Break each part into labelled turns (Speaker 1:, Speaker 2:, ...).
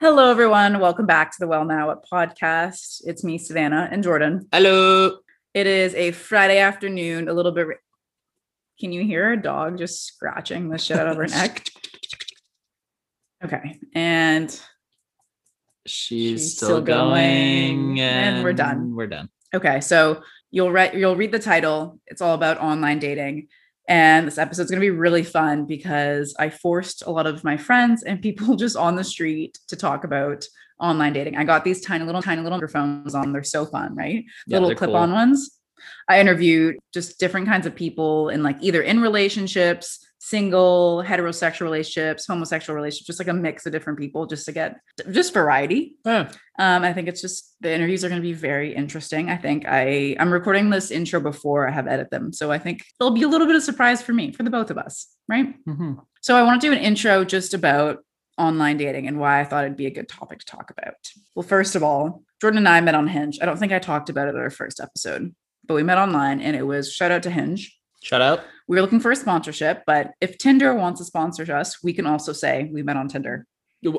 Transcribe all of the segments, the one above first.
Speaker 1: Hello, everyone. Welcome back to the Well Now Up podcast. It's me, Savannah, and Jordan.
Speaker 2: Hello.
Speaker 1: It is a Friday afternoon, a little bit. ra- Can you hear a dog just scratching the shit out of her neck? Okay. And
Speaker 2: She's,
Speaker 1: She's
Speaker 2: still,
Speaker 1: still
Speaker 2: going,
Speaker 1: going,
Speaker 2: and,
Speaker 1: and we're done.
Speaker 2: We're done.
Speaker 1: okay, so you'll read you'll read the title. It's all about online dating. And this episode's gonna be really fun because I forced a lot of my friends and people just on the street to talk about online dating. I got these tiny little, tiny little microphones on. They're so fun, right?
Speaker 2: Yeah,
Speaker 1: little
Speaker 2: they're
Speaker 1: clip on
Speaker 2: cool.
Speaker 1: ones. I interviewed just different kinds of people in like either in relationships, single, heterosexual relationships, homosexual relationships, just like a mix of different people just to get just variety.
Speaker 2: Yeah.
Speaker 1: Um, I think it's just the interviews are going to be very interesting. I think I I'm recording this intro before I have edit them, so I think there'll be a little bit of surprise for me for the both of us, right?
Speaker 2: Mhm.
Speaker 1: So I want to do an intro just about online dating and why I thought it'd be a good topic to talk about. Well, first of all, Jordan and I met on Hinge. I don't think I talked about it at our first episode, but we met online and it was shout out to Hinge.
Speaker 2: Shout out.
Speaker 1: We were looking for a sponsorship, but if Tinder wants to sponsor us, we can also say we met on Tinder.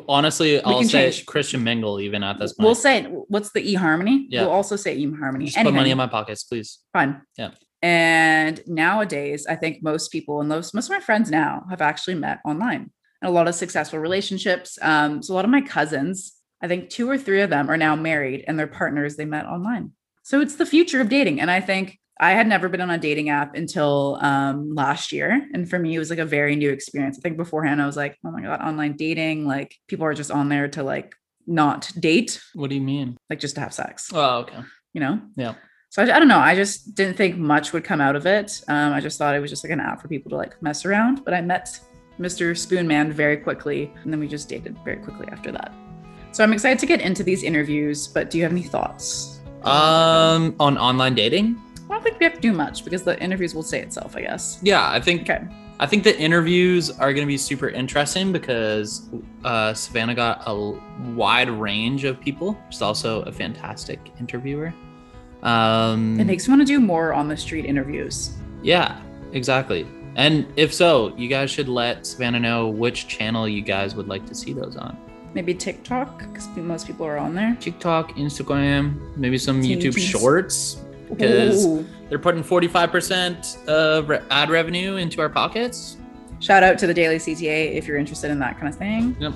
Speaker 2: Honestly, I'll
Speaker 1: can
Speaker 2: say
Speaker 1: change.
Speaker 2: Christian Mingle even at this point.
Speaker 1: We'll say what's the eHarmony?
Speaker 2: Yeah.
Speaker 1: We'll also say eHarmony.
Speaker 2: Just put money
Speaker 1: Anything.
Speaker 2: in my pockets, please.
Speaker 1: fun.
Speaker 2: Yeah.
Speaker 1: And nowadays, I think most people and most, most of my friends now have actually met online and a lot of successful relationships. Um, so a lot of my cousins, I think two or three of them are now married and their partners they met online. So it's the future of dating. And I think I had never been on a dating app until um, last year. And for me, it was like a very new experience. I think beforehand, I was like, oh my God, online dating. Like people are just on there to like not date,
Speaker 2: What do you mean?
Speaker 1: like just to have sex
Speaker 2: Oh, okay.
Speaker 1: you know?
Speaker 2: Yeah.
Speaker 1: So I, I don't know. I just didn't think much would come out of it. Um, I just thought it was just like an app for people to like mess around. But I met Mr. Spoonman very quickly, and then we just dated very quickly after that. So I'm excited to get into these interviews. But do you have any thoughts?
Speaker 2: Um, on online dating?
Speaker 1: I don't think we have to do much because the interviews will say itself, I guess.
Speaker 2: Yeah, I think
Speaker 1: Okay.
Speaker 2: I think the interviews are going to be super interesting because uh, Savannah got a l- wide range of people. She's also a fantastic interviewer. Um,
Speaker 1: It makes me want to do more on the street interviews.
Speaker 2: Yeah, exactly. And if so, you guys should let Savannah know which channel you guys would like to see those on.
Speaker 1: Maybe TikTok because most people are on there.
Speaker 2: TikTok, Instagram, maybe some
Speaker 1: Teen
Speaker 2: YouTube
Speaker 1: Teens.
Speaker 2: shorts. 'Cause-
Speaker 1: Ooh.
Speaker 2: They're putting 45% of re- ad revenue into our pockets.
Speaker 1: Shout out to the Daily CTA if you're interested in that kind of thing.
Speaker 2: Yep.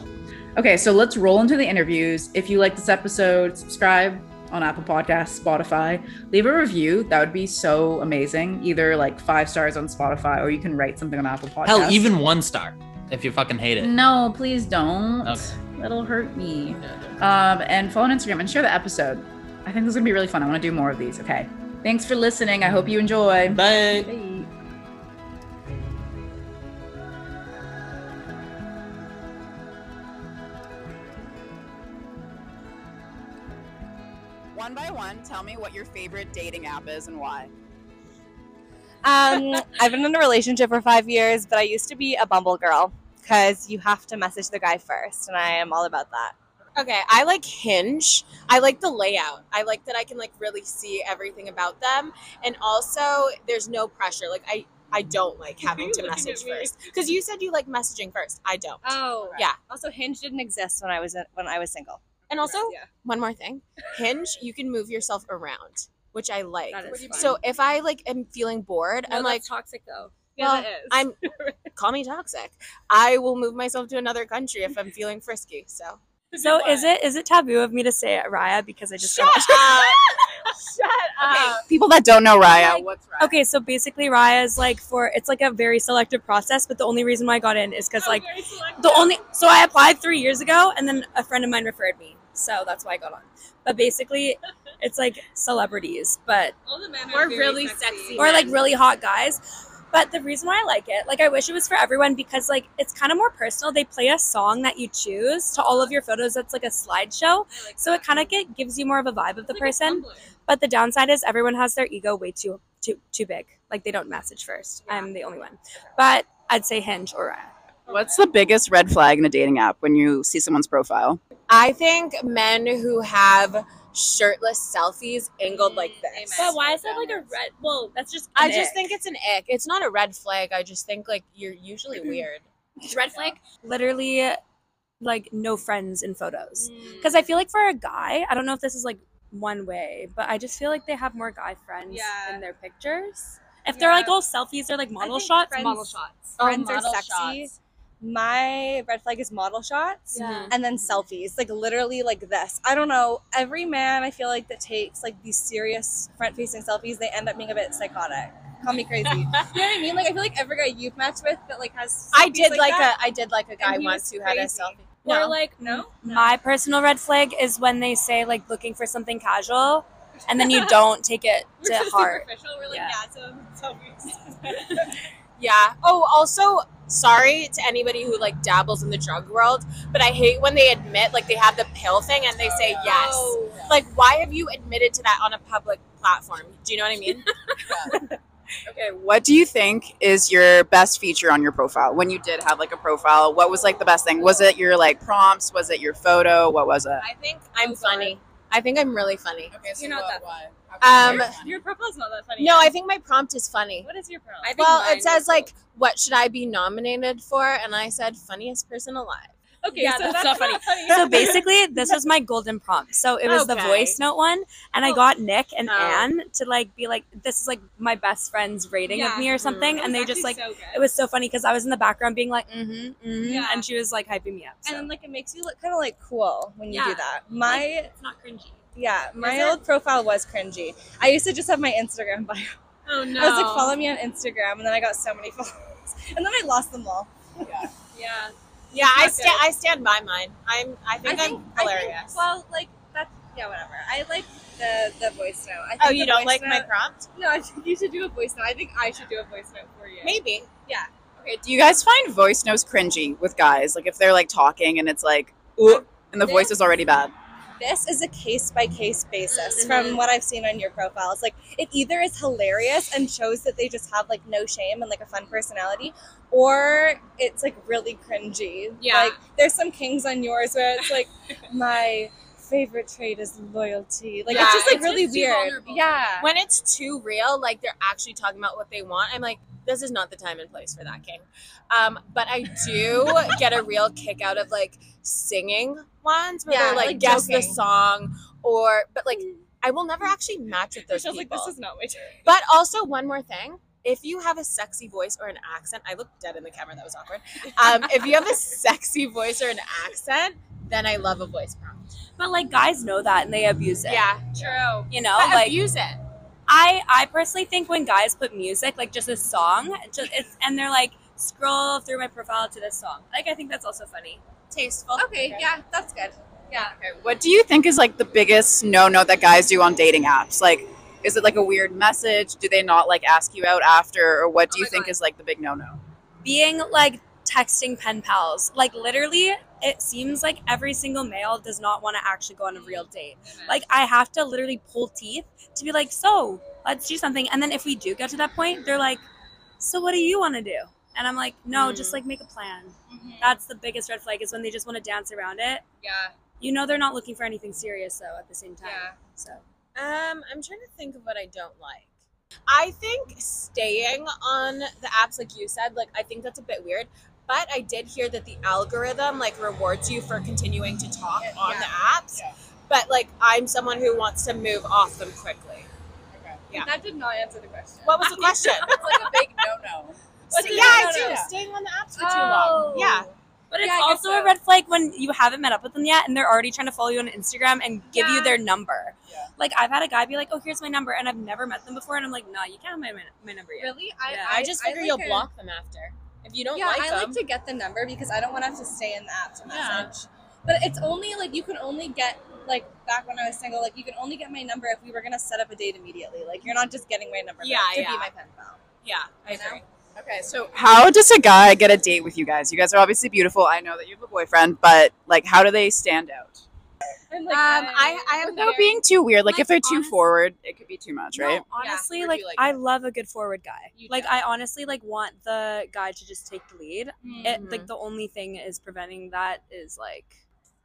Speaker 1: Okay, so let's roll into the interviews. If you like this episode, subscribe on Apple Podcasts, Spotify. Leave a review. That would be so amazing. Either like five stars on Spotify or you can write something on Apple Podcasts.
Speaker 2: Hell, even one star if you fucking hate
Speaker 3: Mm.
Speaker 2: it.
Speaker 1: No, please don't.
Speaker 2: Okay.
Speaker 1: That'll hurt me.
Speaker 2: Yeah, yeah.
Speaker 1: Um, and follow on Instagram and share the episode. I think this is gonna be really fun. I want to do more of these. Okay. Thanks for listening. I hope you enjoy.
Speaker 2: Bye.
Speaker 1: Bye. One by one, tell me what your favorite dating app is and why.
Speaker 4: Um, I've been in a relationship for five years, but I used to be a Bumble girl because you have to message the guy first, and I am all about that.
Speaker 5: Okay, I like Hinge. I like the layout. I like that I can like really see everything about them, and also there's no pressure. Like I, I don't like having to
Speaker 4: You're looking
Speaker 5: message
Speaker 4: at me.
Speaker 5: first because you said you like messaging first. I don't.
Speaker 4: Oh,
Speaker 5: yeah.
Speaker 4: Also, Hinge didn't exist when I was when I was single.
Speaker 5: And also, one more thing, Hinge, you can move yourself around, which I like.
Speaker 4: That is
Speaker 5: So if I like am feeling bored, I'm like,
Speaker 4: toxic though.
Speaker 5: Yeah, Well, that I'm call me toxic. I will move myself to another country if I'm feeling frisky. So
Speaker 4: So is it is it taboo of me to say it, Raya? Because I just
Speaker 5: shut up. shut up. People that don't know Raya,
Speaker 4: Like,
Speaker 5: what's Raya?
Speaker 4: Okay, so basically Raya is like for it's like a very selective process, but the only reason why I got in is
Speaker 5: Oh,
Speaker 4: because like the only so I applied three years ago and then a friend of mine referred me. So that's why I got on. But basically it's like celebrities, but
Speaker 5: We're really sexy.
Speaker 4: or like really hot guys. But the reason why I like it, like I wish it was for everyone because like it's kind of more personal. They play a song that you choose to all of your photos. That's like a slideshow, so it kind of get, gives you more of a vibe of the person. But the downside is everyone has their ego way too too too big. Like they don't message first. I'm the only one. But I'd say Hinge or Raya.
Speaker 1: What's the biggest red flag in a dating app when you see someone's profile?
Speaker 5: I think men who have shirtless selfies angled like this.
Speaker 6: But why is that like a red? Well, that's just. I just think
Speaker 5: think it's an ick. It's not a Mm-hmm.
Speaker 4: Mm-hmm.
Speaker 5: red flag. I just think like you're usually weird.
Speaker 6: red flag.
Speaker 4: Literally, like no friends in photos
Speaker 7: Mm.
Speaker 4: because I feel like for a guy, I don't know if this is like one way, but I just feel like they have more guy friends
Speaker 7: Yeah.
Speaker 4: in their pictures. If they're like
Speaker 7: Yeah.
Speaker 4: all selfies or like model
Speaker 7: think
Speaker 4: shots,
Speaker 7: friends-
Speaker 4: model shots.
Speaker 7: Oh,
Speaker 4: friends
Speaker 7: model
Speaker 4: are sexy.
Speaker 7: shots. My red flag is model shots
Speaker 4: Yeah.
Speaker 7: and then selfies, like literally like this. I don't know. Every man I feel like that takes like these serious front facing selfies, they end up being a bit psychotic. Call me crazy. you know what I mean? Like I feel like every guy you've matched with that like has
Speaker 5: I
Speaker 7: selfies
Speaker 5: did like,
Speaker 7: that.
Speaker 5: a I did like a guy
Speaker 7: he
Speaker 5: once
Speaker 7: was
Speaker 5: who had a
Speaker 7: crazy.
Speaker 5: selfie.
Speaker 7: or like no.
Speaker 4: My personal red flag is when they say like looking for something casual and then you don't take it to heart.
Speaker 7: We're
Speaker 4: like, Yeah.
Speaker 5: Yeah. Oh, also, sorry to anybody who like dabbles in the drug world, but I hate when they admit like they have the pill thing and they say yes. Like, why have you admitted to that on a public platform? Do you know what I mean?
Speaker 1: Okay, what do you think is your best feature on your profile? When you did have like a profile, what was like the best thing? Was it your like prompts? Was it your photo? What was it?
Speaker 5: I think I'm funny. I think I'm really funny.
Speaker 1: Okay,
Speaker 7: so You're not what-
Speaker 5: Um,
Speaker 7: Your proposal's not that funny.
Speaker 5: no, I think my prompt is funny.
Speaker 7: What is your problem?
Speaker 5: Well, it says like, what should I be nominated for? And I said, funniest person alive.
Speaker 7: okay,
Speaker 4: Yeah,
Speaker 7: so
Speaker 4: that's
Speaker 7: that's,
Speaker 4: not funny.
Speaker 7: not funny.
Speaker 4: So basically, this was my golden prompt. So it was the
Speaker 5: Okay.
Speaker 4: voice note one, and I
Speaker 7: Oh.
Speaker 4: got Nick and
Speaker 5: Oh.
Speaker 4: Anne to like be like, "This is like my best friend's rating of
Speaker 7: Yeah.
Speaker 4: me" or something,
Speaker 7: That
Speaker 4: and
Speaker 7: was
Speaker 4: they just
Speaker 7: actually
Speaker 4: like
Speaker 7: so good.
Speaker 4: it was so funny because I was in the background being like, "Mm-hmm,", mm-hmm
Speaker 7: Yeah.
Speaker 4: and she was like hyping me up. So.
Speaker 7: and then like it makes you look kind of like cool when you
Speaker 4: Yeah.
Speaker 7: do that. My
Speaker 4: it's not cringy.
Speaker 7: yeah, my
Speaker 4: Is it?
Speaker 7: old profile was cringy. I used to just have my Instagram bio.
Speaker 5: Oh no.
Speaker 7: I was like, follow me on Instagram, and then I got so many followers, and then I lost them all.
Speaker 5: Yeah. Yeah, I
Speaker 7: Not
Speaker 5: stand.
Speaker 7: good.
Speaker 5: I stand by mine. I'm. I think I am hilarious.
Speaker 7: well, like that's yeah, whatever. I like the the voice note. I think
Speaker 5: oh, you
Speaker 7: the
Speaker 5: don't
Speaker 7: voice
Speaker 5: like my
Speaker 7: note-
Speaker 5: prompt?
Speaker 7: No, I think you should do a voice note. I think I should do a voice note for you.
Speaker 5: Maybe.
Speaker 1: Okay, do you guys find voice notes cringy with guys? Like if they're like talking and it's like, ooh, and the voice is already bad.
Speaker 7: this is a case by case basis
Speaker 5: Mhm.
Speaker 7: from what I've seen on your profile. It's like it either is hilarious and shows that they just have like no shame and like a fun personality, or it's like really cringy.
Speaker 5: Yeah.
Speaker 7: Like there's some kings on yours where it's like my favorite trait is loyalty. Like
Speaker 5: Yeah,
Speaker 7: it's just like
Speaker 5: it's
Speaker 7: really
Speaker 5: just too
Speaker 7: weird.
Speaker 5: vulnerable.
Speaker 7: Yeah.
Speaker 5: When it's too real, like they're actually talking about what they want, I'm like, this is not the time and place for that, King. Um, but I do get a real kick out of like singing ones where
Speaker 7: Yeah,
Speaker 5: they're like,
Speaker 7: like
Speaker 5: guess the
Speaker 7: joking.
Speaker 5: song or, but like, I will never actually match with those
Speaker 7: Michelle's
Speaker 5: people.
Speaker 7: like, this is not my turn.
Speaker 5: But also one more thing. If you have a sexy voice or an accent, I looked dead in the camera. That was awkward. Um, if you have a sexy voice or an accent, then I love a voice prompt.
Speaker 4: But like guys know that and they abuse it.
Speaker 5: Yeah, true.
Speaker 4: you know,
Speaker 5: But
Speaker 4: like
Speaker 5: abuse it.
Speaker 4: I I personally think when guys put music like just a song, just it's, and they're like scroll through my profile to this song. Like I think that's also funny.
Speaker 5: Tasteful.
Speaker 7: Okay, yeah, that's good. Yeah.
Speaker 1: Okay, what do you think is like the biggest no no that guys do on dating apps? Like, is it like a weird message? Do they not like ask you out after? Or what do
Speaker 5: Oh
Speaker 1: you
Speaker 5: my
Speaker 1: think
Speaker 5: God.
Speaker 1: is like the big no no?
Speaker 4: Being like texting pen pals, like literally, it seems like every single male does not want to actually go on a real
Speaker 5: Mm-hmm.
Speaker 4: date. Like I have to literally pull teeth to be like, so let's do something. And then if we do get to that point, they're like, so what do you want to do? And I'm like, no,
Speaker 5: Mm.
Speaker 4: just like make a plan. That's the biggest red flag is when they just want to dance around it.
Speaker 5: Yeah.
Speaker 4: You know they're not looking for anything serious though at the same time.
Speaker 5: Yeah.
Speaker 4: So
Speaker 5: Um, I'm trying to think of what I don't like. I think staying on the apps, like you said, like I think that's a bit weird. But I did hear that the algorithm like rewards you for continuing to talk on the apps.
Speaker 1: Yeah.
Speaker 5: But like I'm someone who wants to move off them quickly. Yeah.
Speaker 7: That did not answer the question.
Speaker 5: What was the question?
Speaker 1: It's like a big no no.
Speaker 5: Stay-
Speaker 7: the
Speaker 5: yeah, I do.
Speaker 7: no-no?
Speaker 5: Staying on the apps for too long. Oh. Yeah.
Speaker 4: But it's
Speaker 7: Yeah, I guess
Speaker 4: also a
Speaker 7: so.
Speaker 4: red flag when you haven't met up with them yet and they're already trying to follow you on Instagram and give you
Speaker 7: Yeah.
Speaker 4: their number.
Speaker 1: Yeah.
Speaker 4: Like I've had a guy be like, "Oh, here's my number," and I've never met them before, and I'm like, "Nah, you can't have my, my number yet."
Speaker 7: Really?
Speaker 4: Yeah.
Speaker 5: I, just figure
Speaker 7: like
Speaker 5: you'll
Speaker 7: a-
Speaker 5: block them after. If you don't
Speaker 7: yeah,
Speaker 5: like
Speaker 7: I
Speaker 5: them.
Speaker 7: like to get the number because I don't want to have to stay in the app to
Speaker 5: Yeah.
Speaker 7: message. But it's only like you can only get like back when I was single, like you can only get my number if we were gonna set up a date immediately. Like you're not just getting my number. but
Speaker 5: Yeah,
Speaker 7: to
Speaker 5: yeah.
Speaker 7: be my pen pal.
Speaker 5: yeah, I
Speaker 7: You know?
Speaker 5: agree.
Speaker 1: Okay, so how does a guy get a date with you guys? You guys are obviously beautiful. I know that you have a boyfriend, but like, how do they stand out?
Speaker 7: I'm
Speaker 5: Um, I, I have
Speaker 1: Without being too weird, like,
Speaker 4: Like,
Speaker 1: if they're too
Speaker 4: honest-
Speaker 1: forward, it could be too much, right?
Speaker 4: No, honestly,
Speaker 5: Yeah, or do
Speaker 4: like,
Speaker 5: you like
Speaker 4: I love a good forward guy.
Speaker 5: You
Speaker 4: Like
Speaker 5: do.
Speaker 4: I honestly like want the guy to just take the lead. It,
Speaker 5: Mhm.
Speaker 4: eh, like the only thing is preventing that is like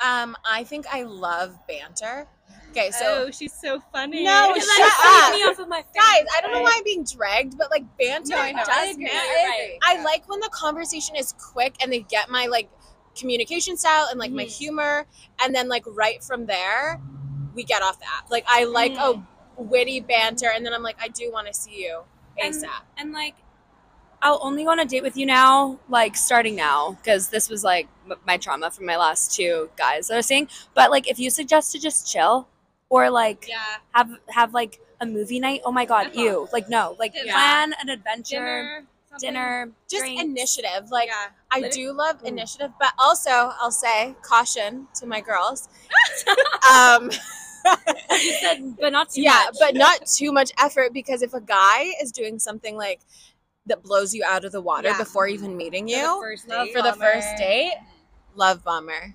Speaker 5: Um, I think I love banter. Okay, so
Speaker 7: Oh, she's so funny.
Speaker 5: No,
Speaker 4: And
Speaker 5: shut
Speaker 4: that swept
Speaker 5: up.
Speaker 4: me off of my face.
Speaker 5: guys, I don't know why I'm being dragged, but like banter
Speaker 7: No, I know.
Speaker 5: does
Speaker 7: I agree.
Speaker 5: matter.
Speaker 7: I agree.
Speaker 5: I like when the conversation is quick and they get my like communication style and like my
Speaker 4: Mhm.
Speaker 5: humor and then like right from there we get off the app like i like
Speaker 4: Mm.
Speaker 5: a witty banter and then i'm like i do want to see you
Speaker 4: And-
Speaker 5: asap
Speaker 4: And like, I'll only go on a date with you now, like starting now, because this was like m- my trauma from my last two guys that I was seeing. But like, if you suggest to just chill or like
Speaker 7: Yeah.
Speaker 4: have have like a movie night, oh my god,
Speaker 7: Yeah.
Speaker 4: you like no, like
Speaker 7: Yeah.
Speaker 4: plan an adventure,
Speaker 7: something.
Speaker 4: dinner,
Speaker 5: just
Speaker 4: drinks.
Speaker 5: initiative like
Speaker 7: yeah.
Speaker 5: I
Speaker 4: Lit-
Speaker 5: do love
Speaker 4: Ooh.
Speaker 5: initiative, but also I'll say caution to my girls. um,
Speaker 4: You said, but not too
Speaker 5: yeah,
Speaker 4: much.
Speaker 5: but not too much effort because if a guy is doing something like that blows you out of the water
Speaker 7: Yeah.
Speaker 5: before even meeting you
Speaker 7: first
Speaker 5: for the first date, love bummer.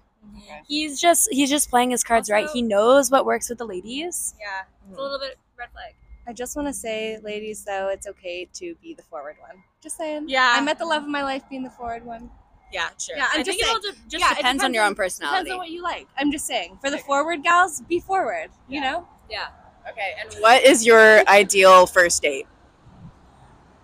Speaker 4: He's just he's just playing his cards right.
Speaker 7: Also-
Speaker 4: He knows what works with the ladies.
Speaker 7: Yeah.
Speaker 4: It's a little bit red flag.
Speaker 7: I just want to say, ladies, though, it's okay to be the forward one. Just saying.
Speaker 5: Yeah.
Speaker 7: I'm at the love of my life being the forward one.
Speaker 5: Yeah, sure.
Speaker 7: Yeah, I'm
Speaker 4: i
Speaker 7: just
Speaker 4: think
Speaker 7: saying.
Speaker 4: it all de- just
Speaker 7: yeah, it
Speaker 4: depends, on your own
Speaker 7: Depends
Speaker 4: personality.
Speaker 7: on what you like. I'm just saying. For the forward gals, be forward. You know?
Speaker 4: yeah,
Speaker 5: Okay, and
Speaker 1: What is your ideal first date?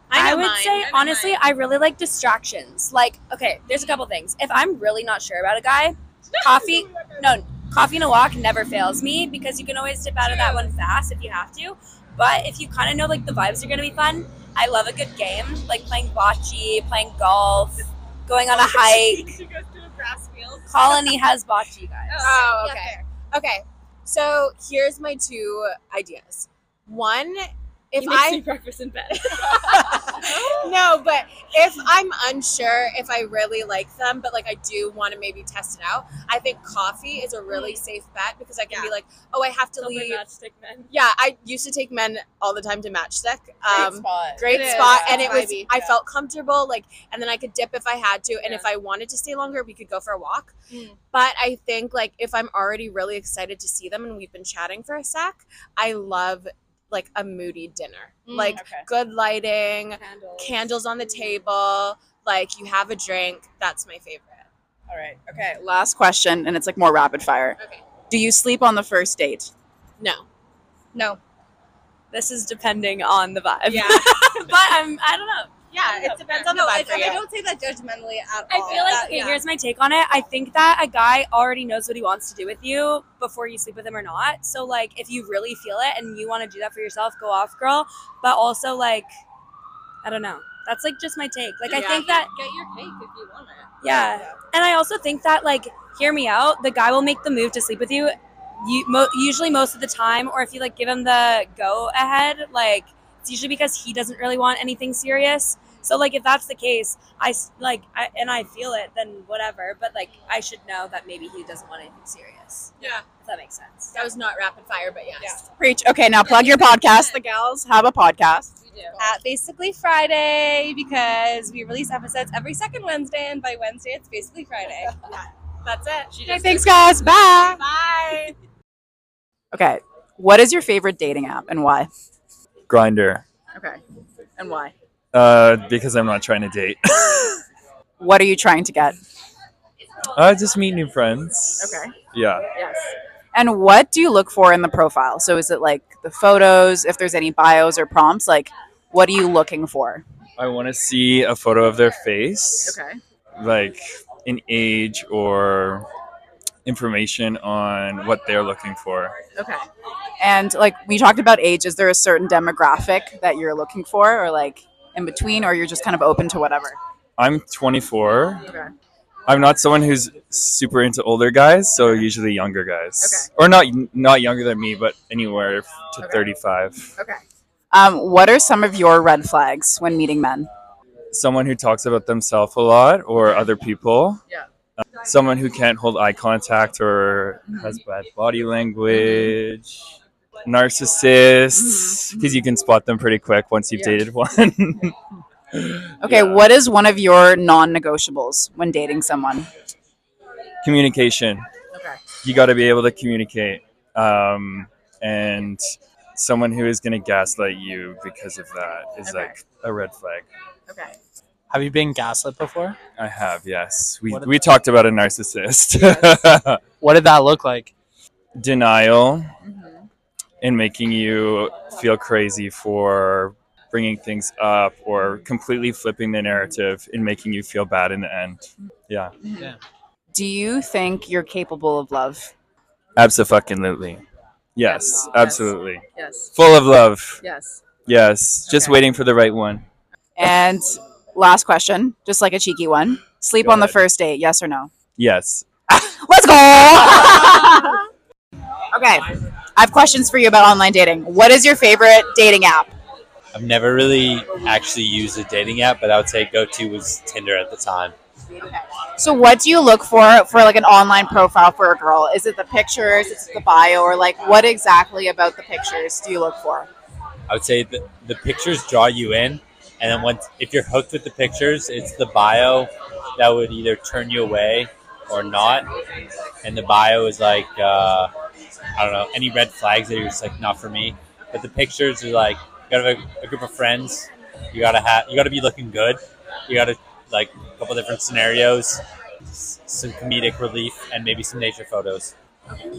Speaker 5: I
Speaker 4: I,
Speaker 5: know
Speaker 4: would
Speaker 5: mine. I
Speaker 4: say
Speaker 5: know
Speaker 4: honestly,
Speaker 5: mine.
Speaker 4: I really like distractions. Like, okay, there's a couple things. If I'm really not sure about a guy, coffee, no, coffee and a walk never fails me because you can always dip out of that one fast if you have to. But if you kind of know like the vibes are gonna be fun, I love a good game, like playing bocce, playing golf, going on a hike.
Speaker 5: she goes to a grass field.
Speaker 4: Colony has bocce, guys.
Speaker 5: Oh,
Speaker 7: Yeah,
Speaker 5: okay. okay. So here's my two ideas. One, if I
Speaker 7: breakfast in bed.
Speaker 5: no, but if I'm unsure if I really like them, but like I do want to maybe test it out, I think coffee is a
Speaker 7: Mm.
Speaker 5: really safe bet because I can be like, oh, I have to leave. Yeah, I used to take men all the time to Matchstick. Um,
Speaker 1: spot.
Speaker 5: great
Speaker 7: It is.
Speaker 5: spot,
Speaker 7: It's
Speaker 5: and it was
Speaker 7: vibey,
Speaker 5: I
Speaker 7: yeah.
Speaker 5: felt comfortable, like, and then I could dip if I had to, and if I wanted to stay longer, we could go for a walk.
Speaker 7: Mm.
Speaker 5: But I think like if I'm already really excited to see them and we've been chatting for a sec, I love like a moody dinner,
Speaker 7: Mm,
Speaker 5: like good lighting, candles on the table, like you have a drink. That's my favorite.
Speaker 1: All right. Okay. Last question, and it's like more rapid fire.
Speaker 5: Okay.
Speaker 1: Do you sleep on the first date?
Speaker 5: No.
Speaker 7: No.
Speaker 4: This is depending on the vibe.
Speaker 5: Yeah.
Speaker 4: but I'm I don't know.
Speaker 5: Yeah, it depends on the
Speaker 7: No, I,
Speaker 5: vibe for
Speaker 7: I
Speaker 5: you.
Speaker 7: don't take that judgmentally at
Speaker 4: I
Speaker 7: all.
Speaker 4: feel
Speaker 7: Oh,
Speaker 4: like
Speaker 7: That-
Speaker 4: okay,
Speaker 7: yeah.
Speaker 4: here's my take on it. I think that a guy already knows what he wants to do with you before you sleep with him or not. So like if you really feel it and you want to do that for yourself, go off girl. But also like I don't know. That's like just my take. Like I
Speaker 5: Yeah.
Speaker 4: think that
Speaker 7: Get your cake if you want it.
Speaker 4: yeah. And I also think that like hear me out, the guy will make the move to sleep with you you mo- usually most of the time or if you like give him the go ahead, like it's usually because he doesn't really want anything serious. So like if that's the case, I s- like I, and I feel it then whatever, but like I should know that maybe he doesn't want anything serious.
Speaker 5: Yeah.
Speaker 4: If that makes sense.
Speaker 5: That was not rapid fire, but yes.
Speaker 1: Preach. Okay, now plug your podcast. The gals have a podcast.
Speaker 7: at Basically Friday because we release episodes every second Wednesday, and by Wednesday it's Basically Friday.
Speaker 5: That's it. She
Speaker 1: Okay, thanks, guys. Bye.
Speaker 5: Bye.
Speaker 1: Okay. What is your favorite dating app and why?
Speaker 8: Grinder,
Speaker 1: Okay. And why?
Speaker 8: uh, because I'm not trying to date.
Speaker 1: What are you trying to get?
Speaker 8: uh, just meet new friends. Yeah.
Speaker 1: Yes. And what do you look for in the profile? So is it like the photos, if there's any bios or prompts, like what are you looking for?
Speaker 8: I want to see a photo of their face,
Speaker 1: Okay.
Speaker 8: like an age or information on what they're looking for.
Speaker 1: Okay. And like we talked about age, is there a certain demographic that you're looking for or like in between or you're just kind of open to whatever?
Speaker 8: I'm 24.
Speaker 1: Okay.
Speaker 8: I'm not someone who's super into older guys, so usually younger guys. Or not not younger than me, but anywhere f- to
Speaker 1: Okay.
Speaker 8: 35.
Speaker 1: Um, what are some of your red flags when meeting men?
Speaker 8: someone who talks about themselves a lot or other people.
Speaker 1: Yeah.
Speaker 8: Uh, someone who can't hold eye contact or has
Speaker 1: Mm-hmm.
Speaker 8: bad body language. Narcissists, because you can spot them pretty quick once you've
Speaker 1: Mm-hmm. Yeah.
Speaker 8: dated one.
Speaker 1: Okay,
Speaker 8: Yeah.
Speaker 1: what is one of your non-negotiables when dating someone?
Speaker 8: Communication.
Speaker 1: Okay.
Speaker 8: You got to be able to communicate. Um, and someone who is going to gaslight you because of that is
Speaker 1: Okay.
Speaker 8: like a red flag.
Speaker 1: Okay.
Speaker 2: Have you been gaslit before?
Speaker 8: I have, yes. We,
Speaker 2: What are
Speaker 8: we
Speaker 2: the-
Speaker 8: talked about a narcissist.
Speaker 2: What did that look like? Mm-hmm.
Speaker 8: Denial. and making you feel crazy for bringing things up or completely flipping the narrative and making you feel bad in the end. Yeah.
Speaker 1: Do you think you're capable of love?
Speaker 8: Absolutely. Yes,
Speaker 9: Yes.
Speaker 8: absolutely.
Speaker 9: Yes.
Speaker 8: Full of love.
Speaker 9: Yes.
Speaker 8: Yes, just
Speaker 9: Okay.
Speaker 8: waiting for the right one.
Speaker 1: And last question, just like a cheeky one. Sleep
Speaker 8: Go
Speaker 1: on the
Speaker 8: ahead.
Speaker 1: first date, yes or no?
Speaker 8: Yes.
Speaker 1: Let's go. okay. I have questions for you about online dating. What is your favorite dating app?
Speaker 10: I've never really actually used a dating app, but I would say go to was Tinder at the time.
Speaker 1: So what do you look for for like an online profile for a girl? Is it the pictures? Is it the bio? Or like what exactly about the pictures do you look for?
Speaker 10: I would say the, the pictures draw you in, and then once if you're hooked with the pictures, it's the bio that would either turn you away or not. And the bio is like uh, I don't know any red flags that you're just like not for me. But the pictures are like you gotta have a, a group of friends. You gotta have you gotta be looking good. You gotta like a couple different scenarios, s- some comedic relief, and maybe some nature photos.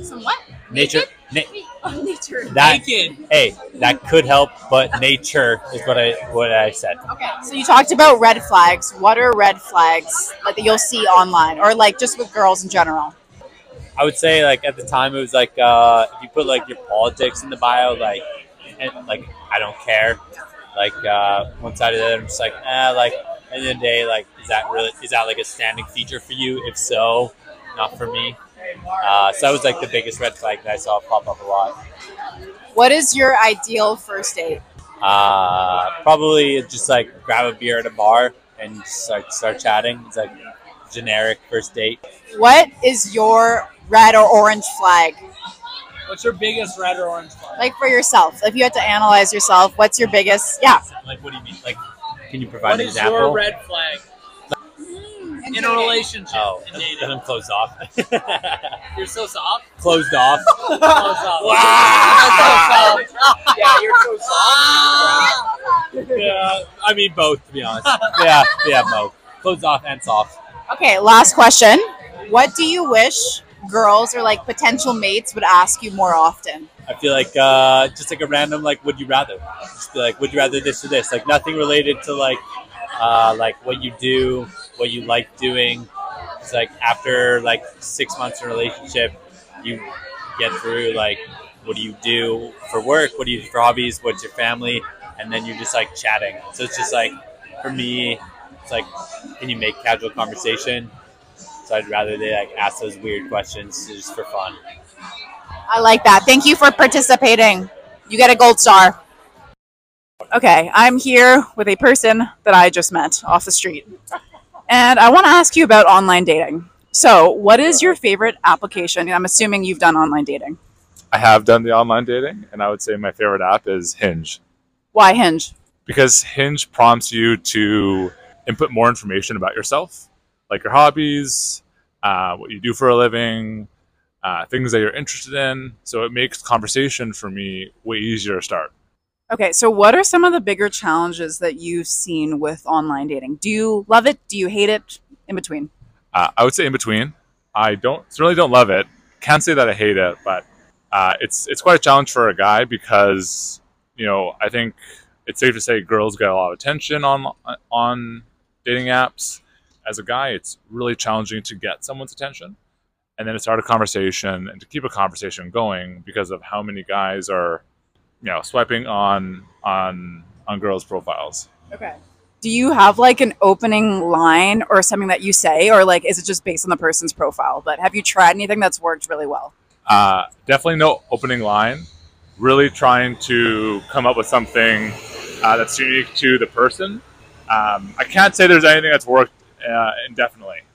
Speaker 1: Some what? Oh,
Speaker 10: Nature. Na-
Speaker 1: nature.
Speaker 10: that hey, that could help, but nature is what I what I said.
Speaker 1: Okay. So you talked about red flags. What are red flags like that you'll see online or like just with girls in general?
Speaker 10: I would say like at the time it was like uh, if you put like your politics in the bio, like and like I don't care, like uh, one side of the other, I'm just like ah, like at the end of the day, like is that really is that like a standing feature for you? If so, not for me. Uh, so that was like the biggest red flag that I saw pop up a lot.
Speaker 1: What is your ideal first date?
Speaker 10: Uh, probably just like grab a beer at a bar and just like start chatting. It's like generic first date.
Speaker 1: What is your red or orange flag?
Speaker 11: What's your biggest red or orange flag?
Speaker 1: Like for yourself. If you had to analyze yourself, what's your biggest yeah.
Speaker 10: Like, what do you mean? Like, can you provide
Speaker 11: what
Speaker 10: an
Speaker 11: is
Speaker 10: example?
Speaker 11: your red flag in a relationship?
Speaker 10: oh,
Speaker 11: and
Speaker 10: then
Speaker 11: dating?
Speaker 10: I'm closed off.
Speaker 11: You're so soft.
Speaker 10: closed off.
Speaker 11: Close off.
Speaker 10: Wow.
Speaker 11: You're so soft. Yeah, you're so soft.
Speaker 10: yeah, I mean both, to be honest. Yeah, yeah, both. Closed off and soft.
Speaker 1: Okay, last question. What do you wish girls or like potential mates would ask you more often?
Speaker 10: I feel like uh, just like a random like would you rather, just be like would you rather this or this, like nothing related to like uh, like what you do, what you like doing. It's like after like six months in a relationship, you get through like what do you do for work, what do you do for hobbies, what's your family, and then you're just like chatting. So it's just like for me, it's like can you make casual conversation? So I'd rather they like ask those weird questions just for fun.
Speaker 1: I like that. Thank you for participating. You get a gold star. Okay, I'm here with a person that I just met off the street. And I want to ask you about online dating. So, what is your favorite application? I'm assuming you've done online dating.
Speaker 12: I have done the online dating, and I would say my favorite app is Hinge
Speaker 1: Why Hinge?
Speaker 12: because Hinge prompts you to input more information about yourself, like your hobbies, uh, what you do for a living, uh, things that you're interested in. So it makes conversation for me way easier to start.
Speaker 1: Okay, so what are some of the bigger challenges that you've seen with online dating? Do you love it? Do you hate it? In between.
Speaker 12: Uh, I would say in between. I don't certainly don't love it. Can't say that I hate it, but uh, it's it's quite a challenge for a guy because you know I think it's safe to say girls get a lot of attention on on dating apps. As a guy, it's really challenging to get someone's attention and then to start a conversation and to keep a conversation going because of how many guys are you know swiping on on on girls' profiles.
Speaker 1: Okay. Do you have like an opening line or something that you say, or like is it just based on the person's profile? But have you tried anything that's worked really well?
Speaker 12: Uh, definitely no opening line. Really trying to come up with something uh, that's unique to the person. Um, I can't say there's anything that's worked uh, indefinitely.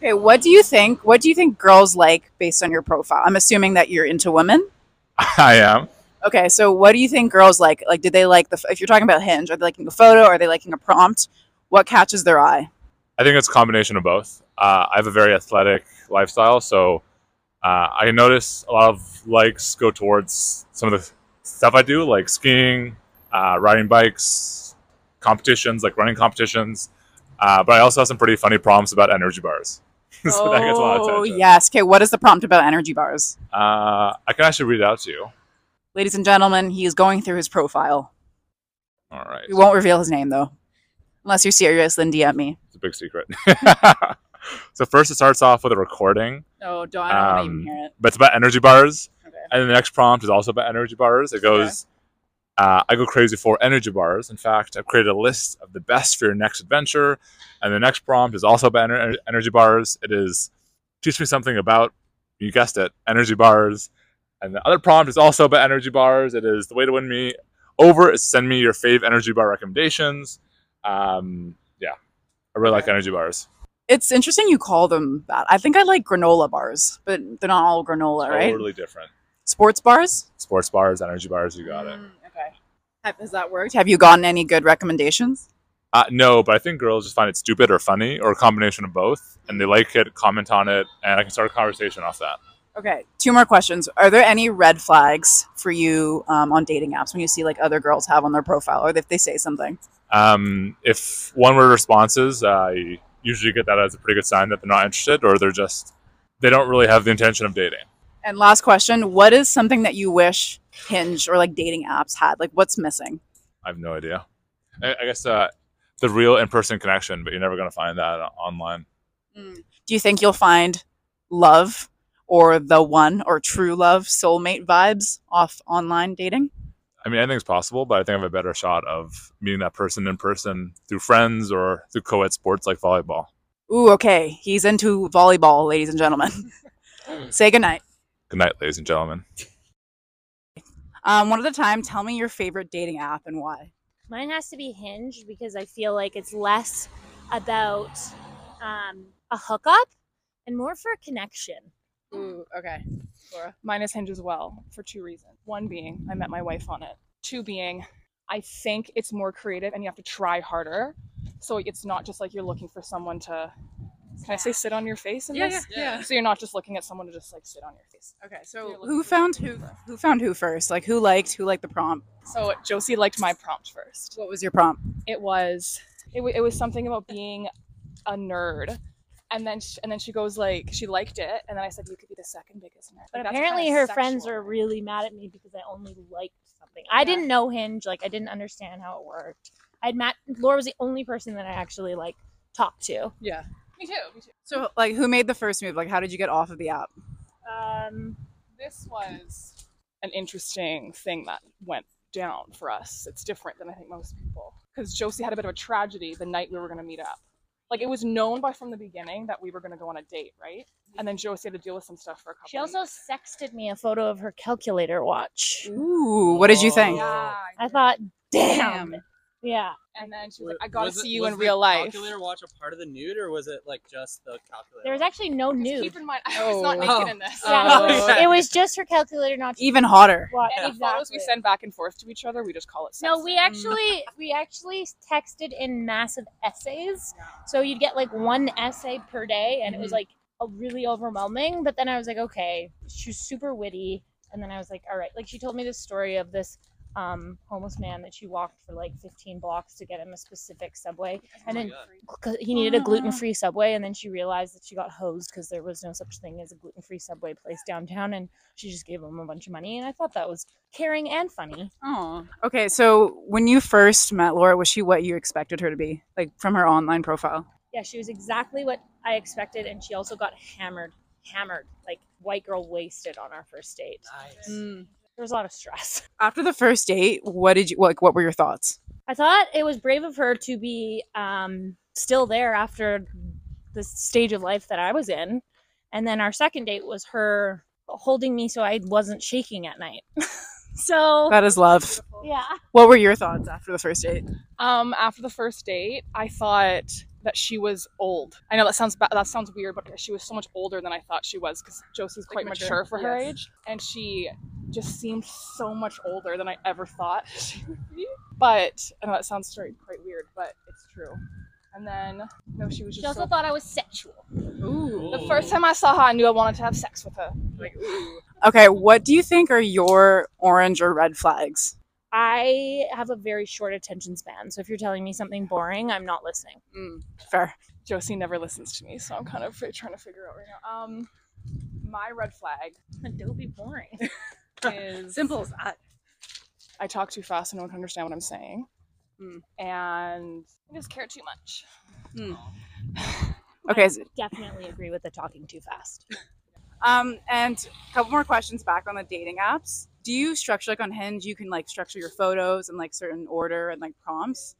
Speaker 1: Okay, what do you think? What do you think girls like based on your profile? I'm assuming that you're into women.
Speaker 12: I am.
Speaker 1: Okay, so what do you think girls like? Like, do they like the? If you're talking about Hinge, are they liking a photo? Are they liking a prompt? What catches their eye?
Speaker 12: I think it's a combination of both. Uh, I have a very athletic lifestyle, so uh, I notice a lot of likes go towards some of the stuff I do, like skiing, uh, riding bikes, competitions, like running competitions. Uh, but I also have some pretty funny prompts about energy bars. so that gets a lot of
Speaker 1: oh
Speaker 12: attention.
Speaker 1: yes. Okay, what is the prompt about energy bars?
Speaker 12: Uh, I can actually read it out to you.
Speaker 1: Ladies and gentlemen, he is going through his profile.
Speaker 12: All right.
Speaker 1: We won't reveal his name though, unless you're serious. Then DM me.
Speaker 12: It's a big secret. So first it starts off with a recording,
Speaker 9: Oh, don't, I don't want
Speaker 12: Um,
Speaker 9: to even hear it.
Speaker 12: but it's about energy bars. And then the next prompt is also about energy bars. It goes, uh, I go crazy for energy bars. In fact, I've created a list of the best for your next adventure. And the next prompt is also about ener- energy bars. It is, teach me something about, you guessed it, energy bars. And the other prompt is also about energy bars. It is, the way to win me over is send me your fave energy bar recommendations. Um, yeah, I really like energy bars.
Speaker 1: It's interesting you call them that. I think I like granola bars, but they're not all granola, right?
Speaker 12: Totally different.
Speaker 1: Sports bars.
Speaker 12: Sports bars, energy bars, you got it.
Speaker 1: Mm. Okay. Have- Has that worked? Have you gotten any good recommendations?
Speaker 12: Uh, no, but I think girls just find it stupid or funny or a combination of both, and they like it, comment on it, and I can start a conversation off that.
Speaker 1: Okay, two more questions. Are there any red flags for you um, on dating apps when you see like other girls have on their profile, or if they say something?
Speaker 12: Um, if one word responses, I usually get that as a pretty good sign that they're not interested or they're just they don't really have the intention of dating.
Speaker 1: And last question: What is something that you wish Hinge or like dating apps had? Like, what's missing?
Speaker 12: I have no idea. I, I guess uh, the real in-person connection, but you're never going to find that o- online.
Speaker 1: Do you think you'll find love or the one or true love soulmate vibes off online dating?
Speaker 12: I mean, anything's possible, but I think I have a better shot of meeting that person in person through friends or through co-ed sports like volleyball.
Speaker 1: Ooh, okay. He's into volleyball, ladies and gentlemen. Say goodnight.
Speaker 12: Good night, ladies and gentlemen.
Speaker 1: Um, one at a time, tell me your favorite dating app and why.
Speaker 13: Mine has to be Hinge because I feel like it's less about um, a hookup and more for a connection.
Speaker 3: Ooh, okay. Mine is Hinge as well for two reasons. One being I met my wife on it. Two being I think it's more creative and you have to try harder. So it's not just like you're looking for someone to can I say sit on your face in
Speaker 1: Yeah,
Speaker 3: this?
Speaker 1: yeah, yeah.
Speaker 3: So you're not just looking at someone to just like sit on your face.
Speaker 1: Okay, so Who found who? Who found who first? Like, who liked who liked the prompt?
Speaker 3: So Josie liked my prompt first.
Speaker 1: What was your prompt?
Speaker 3: It was it, w- it was something about being a nerd. And then sh- and then she goes like she liked it and then I said you could be the second biggest nerd.
Speaker 13: But
Speaker 3: Like, that's
Speaker 13: apparently,
Speaker 3: kinda
Speaker 13: her
Speaker 3: sexual.
Speaker 13: friends are really mad at me because I only liked something. I didn't know Hinge. Like, I didn't understand how it worked. I'd met Laura was the only person that I actually like talked to.
Speaker 3: Yeah. Me too. Me too.
Speaker 1: So, like, who made the first move? Like, how did you get off of the app?
Speaker 3: Um, this was an interesting thing that went down for us. It's different than I think most people because Josie had a bit of a tragedy the night we were going to meet up. Like it was known by from the beginning that we were going to go on a date, right? And then Josie had to deal with some stuff for a couple.
Speaker 13: She also sexted me a photo of her calculator watch.
Speaker 1: Ooh, what did you think?
Speaker 13: I thought, damn. Yeah.
Speaker 3: And then she was
Speaker 13: like,
Speaker 3: I gotta
Speaker 11: Was it-
Speaker 3: see you
Speaker 11: was
Speaker 3: in
Speaker 11: the
Speaker 3: real life.
Speaker 11: Calculator watch a part of the nude, or was it like just the calculator?
Speaker 13: There was actually no nude.
Speaker 3: Keep in mind, I was not
Speaker 11: Oh.
Speaker 3: naked in this.
Speaker 13: Yeah, it, was, it was just her calculator not
Speaker 1: Oh. Even hotter.
Speaker 13: Watch,
Speaker 3: Any photos we
Speaker 13: exactly.
Speaker 3: send back and forth to each other, we just call it. Sex
Speaker 13: No, we actually we actually texted in massive essays. So you'd get like one essay per day and it was
Speaker 3: Mhm.
Speaker 13: like a really overwhelming, but then I was like, okay, she was super witty and then I was like, all right, like she told me the story of this um, homeless man that she walked for like 15 blocks to get him a specific subway and then 'cause he needed a gluten-free subway and then she realized that she got hosed because there was no such thing as a gluten-free subway place downtown and she just gave him a bunch of money and i thought that was caring and funny
Speaker 1: oh Okay, so when you first met Laura, was she what you expected her to be? Like, from her online profile?
Speaker 13: Yeah, she was exactly what I expected, and she also got hammered, hammered, like white girl wasted on our first date. Nice. There was a lot of stress.
Speaker 1: After the first date, what did you like? What were your thoughts?
Speaker 13: I thought it was brave of her to be um, still there after the stage of life that I was in. And then our second date was her holding me so I wasn't shaking at night. so
Speaker 1: That is love.
Speaker 13: Yeah.
Speaker 1: What were your thoughts after the first date?
Speaker 3: Um, after the first date, I thought that she was old. I know that sounds ba- that sounds weird, but she was so much older than I thought she was because Josie's quite
Speaker 11: Like mature.
Speaker 3: mature, for her
Speaker 11: Yes.
Speaker 3: age, and she just seemed so much older than I ever thought she would be. But I know that sounds straight, quite weird, but it's true. And then no, she was just.
Speaker 13: She also
Speaker 3: so-
Speaker 13: thought I was sexual.
Speaker 1: Ooh.
Speaker 3: The first time I saw her, I knew I wanted to have sex with her.
Speaker 1: Okay, what do you think are your orange or red flags?
Speaker 13: I have a very short attention span, so if you're telling me something boring, I'm not listening.
Speaker 1: Fair.
Speaker 3: Josie never listens to me, so I'm kind of fi- trying to figure out right now. Um, my red flag.
Speaker 13: Don't be boring.
Speaker 3: Is
Speaker 1: Simple as that.
Speaker 3: I talk too fast and no one can understand what I'm saying, and I just care too much.
Speaker 1: Okay. so-
Speaker 13: Definitely agree with the talking too fast.
Speaker 1: Um, and a couple more questions back on the dating apps. Do you structure like on Hinge? You can like structure your photos in like certain order and like prompts.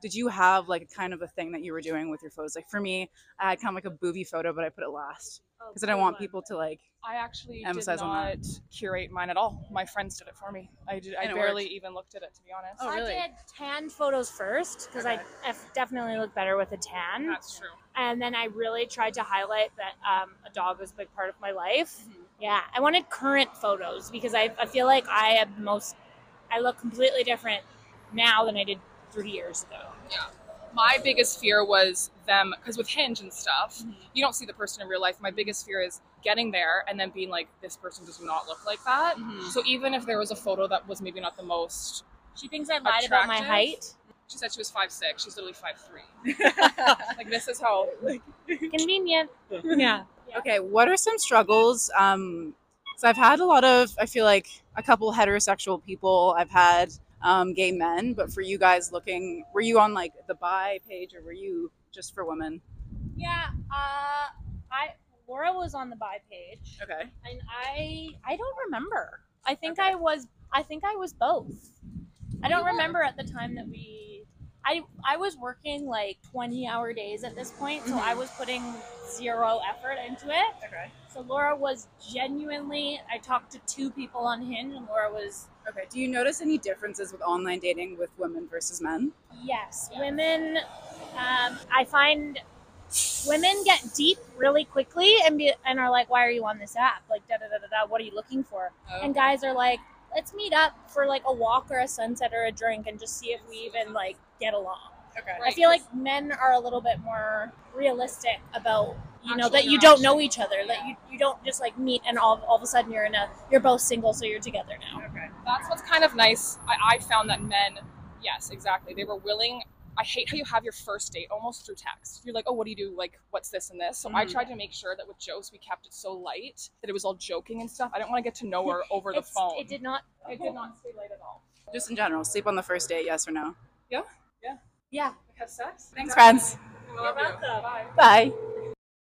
Speaker 1: Did you have like kind of a thing that you were doing with your photos? Like for me, I had kind of like a boobie photo, but I put it last
Speaker 13: Oh,
Speaker 1: because I didn't want people to like.
Speaker 3: I actually
Speaker 1: Emphasize
Speaker 3: did
Speaker 1: on
Speaker 3: not
Speaker 1: that.
Speaker 3: curate mine at all. My friends did it for me. I did. I
Speaker 13: And it
Speaker 3: barely
Speaker 13: worked. Oh,
Speaker 3: even looked at it to be honest.
Speaker 13: I did tan photos first because I f- definitely look better with a tan. That's
Speaker 3: true.
Speaker 13: And then I really tried to highlight that um, a dog was a big part of my life.
Speaker 3: Mm-hmm.
Speaker 13: Yeah, I wanted current photos because I, I feel like I am most, I look completely different now than I did three years ago.
Speaker 3: Yeah. My biggest fear was them because with Hinge and stuff,
Speaker 13: Mm-hmm.
Speaker 3: you don't see the person in real life. My biggest fear is getting there and then being like, this person does not look like that.
Speaker 13: Mhm.
Speaker 3: So even if there was a photo that was maybe not the most,
Speaker 13: she thinks I lied about my height.
Speaker 3: She said she was five six. She's literally five three. like this is how like
Speaker 13: Convenient.
Speaker 3: Yeah.
Speaker 1: Okay. What are some struggles? Um, so I've had a lot of. I feel like a couple heterosexual people. I've had um, gay men, but for you guys looking, were you on like the bi page or were you just for women?
Speaker 13: Yeah, uh, I Laura was on the buy page.
Speaker 1: Okay.
Speaker 13: And I I don't remember. I think I was I think I was both. I don't remember at the time that we I I was working like 20 hour days at this point, so
Speaker 7: Mhm.
Speaker 1: Mm-hmm.
Speaker 13: I was putting zero effort into it. Okay. So Laura was genuinely I talked to two people on Hinge and Laura was
Speaker 1: Okay. Do you notice any differences with online dating with women versus men?
Speaker 13: Yes, women. Um, I find women get deep really quickly and be, and are like, "Why are you on this app? Like, da da da da da. What are you looking for?" And guys are like, "Let's meet up for like a walk or a sunset or a drink and just see if we even like get along."
Speaker 1: Okay.
Speaker 13: I feel like men are a little bit more realistic about you know
Speaker 7: Actual
Speaker 13: that you don't know each
Speaker 7: interaction.
Speaker 13: other that you, you don't just like meet and all, all of a sudden you're in a you're both single so you're together now.
Speaker 1: Okay.
Speaker 3: that's what's kind of nice. I, I found that men, yes, exactly. They were willing. I hate how you have your first date almost through text. You're like, oh, what do you do? Like, what's this and this? So I
Speaker 13: Mhm.
Speaker 3: tried to make sure that with Jose, we kept it so light that it was all joking and stuff. I didn't want to get to know her over the
Speaker 13: It's-
Speaker 3: phone.
Speaker 13: It did not.
Speaker 3: It did not stay light at all.
Speaker 1: Just in general, sleep on the first date, yes or no?
Speaker 3: Yeah. Yeah.
Speaker 13: Yeah.
Speaker 3: Have sex.
Speaker 1: Thanks, friends.
Speaker 3: You're welcome.
Speaker 1: Bye.